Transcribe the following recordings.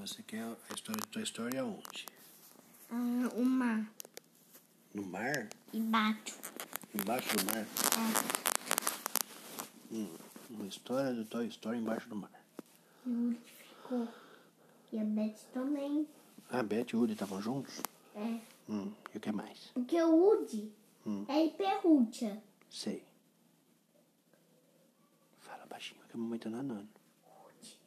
você quer a história é de Toy Story aonde? Ah, o mar. No mar? E bato. Embaixo do mar? É, Hum, uma história do Toy Story embacho do mar. E o Woody ficou. E a Beth também. Ah, Beth e Woody estavam juntos? É. Hum, e o que mais? Porque o Woody Hum. é hiperrúdia. Sei. Fala baixinho que a mamãe tá nanando. Woody.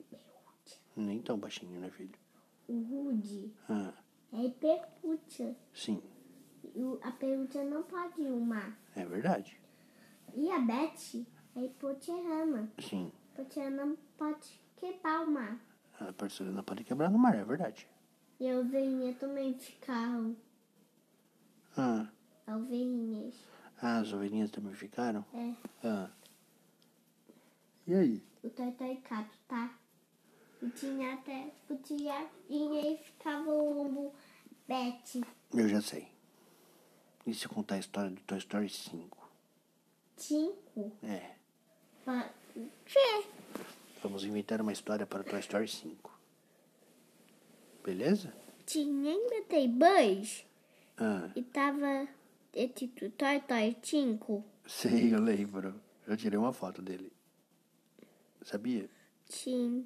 Hiperrúdia. Nem tão baixinho, né, filho? O Woody Ah, é hiperrúdia. sim. E o- a perúdia não pode ir ao mar. É verdade. E a Beth é hipoterrama. Sim. Hipoterrama pode quebrar o mar. A porcelana pode quebrar no mar, é verdade. E a ovelhinha também ficaram. Ah, Ovelhinhas. as ovelhinhas também ficaram? É. Ah. E aí? o Toy Toy Cato, tá? E tinha até o tiarinha e aí ficava o lombo Bete. Eu já sei. E se eu contar a história do Toy Story 5? Cinco. É. Pra... Tchê. Vamos inventar uma história para o Toy Story 5. Beleza? Tinha ainda tem Buzz Ah, e tava esse do Toy Toy 5. sei, eu lembro. Eu tirei uma foto dele. Sabia? Tinha.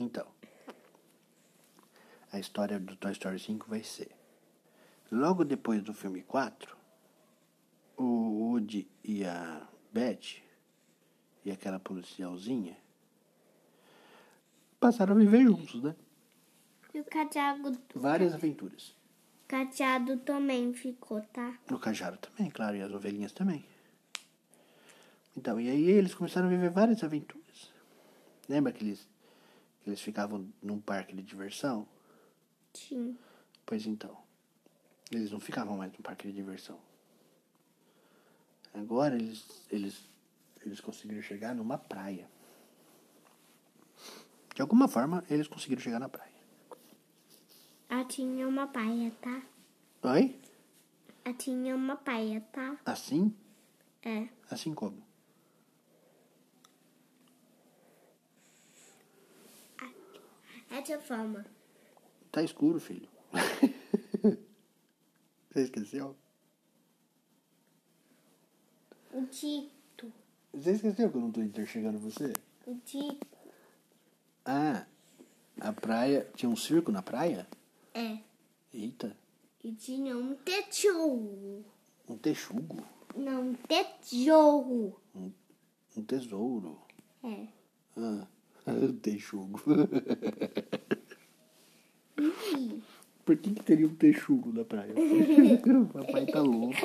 Então, a história do Toy Story 5 vai ser: logo depois do filme 4, o Woody e a Beth e aquela policialzinha passaram a viver juntos, né? E o cadeado, Várias aventuras. cadeado também ficou, tá? No Cajaro também, claro, e as ovelhinhas também. Então, e aí eles começaram a viver várias aventuras. Lembra que eles, que eles ficavam num parque de diversão? Tinha. Pois então. Eles não ficavam mais no parque de diversão. Agora eles, eles, eles conseguiram chegar numa praia. De alguma forma, eles conseguiram chegar na praia. Ah, tinha uma paia, tá? Oi? Ah, tinha uma paia, tá? Assim? É. Assim como? Essa é forma. Tá escuro, filho. Você esqueceu? O Tito. Você esqueceu que eu não tô enxergando você? O Tito. Ah, a praia. Tinha um circo na praia? É. Eita, E tinha um tesouro. um texugo, Não, um tesouro. um, um tesouro. É. Ah, texugo. E Por que, que teria um texugo na praia? o papai tá louco.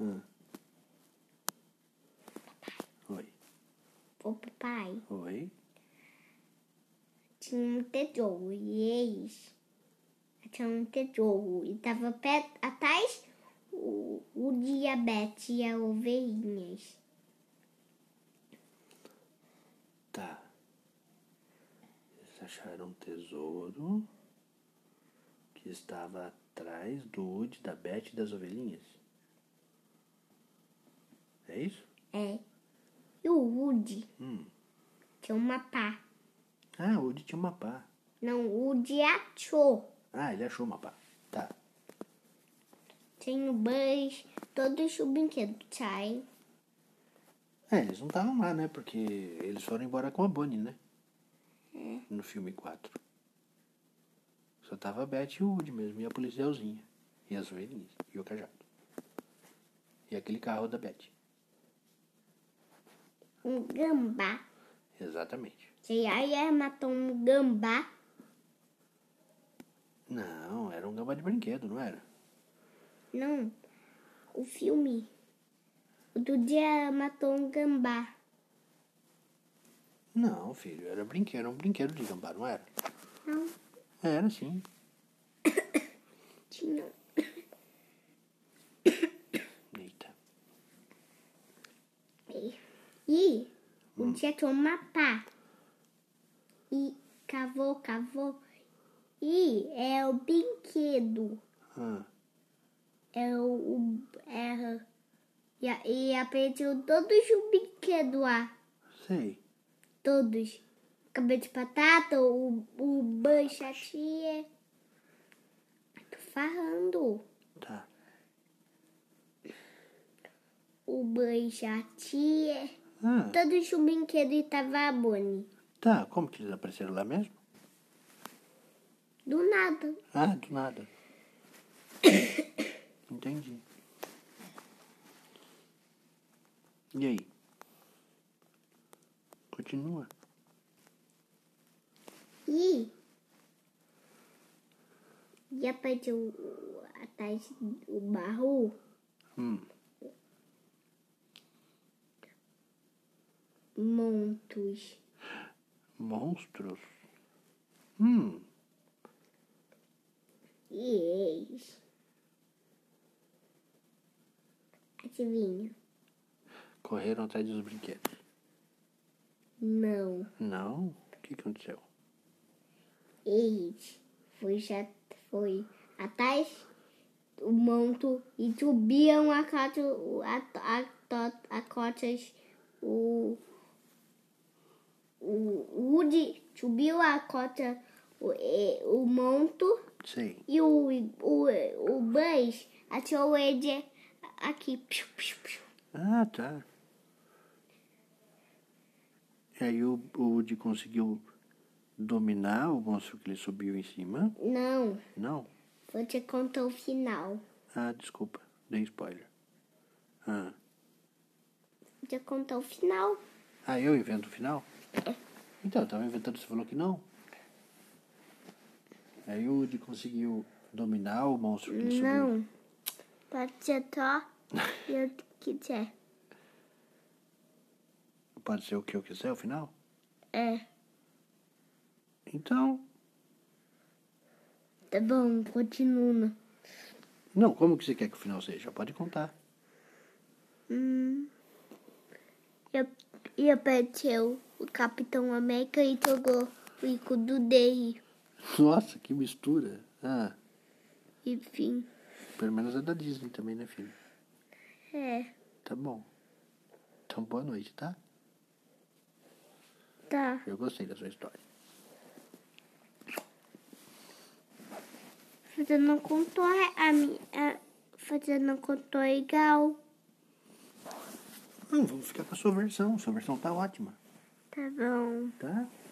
Ah. Oi. o papai Oi. tinha um tesouro. E eles tinham um tesouro. E tava perto, atrás o, o diabetes e as ovelhinhas. Tá. Eles acharam um tesouro que estava atrás do Woody, da Beth e das ovelhinhas. É isso? É. E o Woody Hum. tinha uma pá. Ah, o Woody tinha uma pá. Não, o Woody achou. Ah, ele achou uma pá. Tá. Tem o Buzz, todos os brinquedos saem. É, eles não estavam lá, né? Porque eles foram embora com a Bonnie, né? No filme 4. Só tava a Beth e o Woody mesmo, e a policialzinha. E as ovelhinhas, e o cajado. E aquele carro da Beth. Um gambá. Exatamente. E aí ela matou um gambá. Não, era um gambá de brinquedo, não era? Não, o filme. O do dia matou um gambá. Não, filho, era brinquedo, era um brinquedo de gambá, não era? Não, Era sim. tinha. Eita. E o dia tinha uma pá. E cavou, cavou. E é o brinquedo. Ah, É o. o- É E, a- e aprendeu todos os brinquedos lá. Sei. Todos. Cabelo de batata, o, o banchatia. Tô falando. Tá. O banchatia. Ah, Todos os brinquedos e tava boni. tá. Como que eles apareceram lá mesmo? Do nada. Ah, do nada. Entendi. E aí? Continua. E já partiu atrás do barro. Hum. Montos. Monstros? Hum. E eles. Adivinha? Correram atrás dos brinquedos. Não. Não? O que aconteceu? Eles. Foi, já, foi atrás do monto e subiam a cota, a, a, to- a cotas, o, o Woody subiu a cota, o, e- o monto Sei. e o, o, o Buzz atirou ele aqui. Piu, piu, piu. Ah, tá. E aí o, o Woody conseguiu dominar o monstro que ele subiu em cima? Não, Não? vou te contar o final. Ah, desculpa. Dei spoiler. Ah. Vou te contar o final. Ah, eu invento o final? Então, eu tava inventando, você falou que não. Aí o Woody conseguiu dominar o monstro que ele subiu. Não. Pode ser só eu quiser. Pode ser o que eu quiser, o final? É, Então, tá bom, continua. não, como que você quer que o final seja? Pode contar. E, e apareceu o Capitão América e jogou o ícone do Derry. Nossa, que mistura. Ah, Enfim, pelo menos é da Disney também, né, filho? é, Tá bom. Então, boa noite, tá? tá. Eu gostei da sua história. Você não contou é, a minha. Você não contou igual. Não, vamos ficar com a sua versão. Sua versão tá ótima, Tá bom. tá?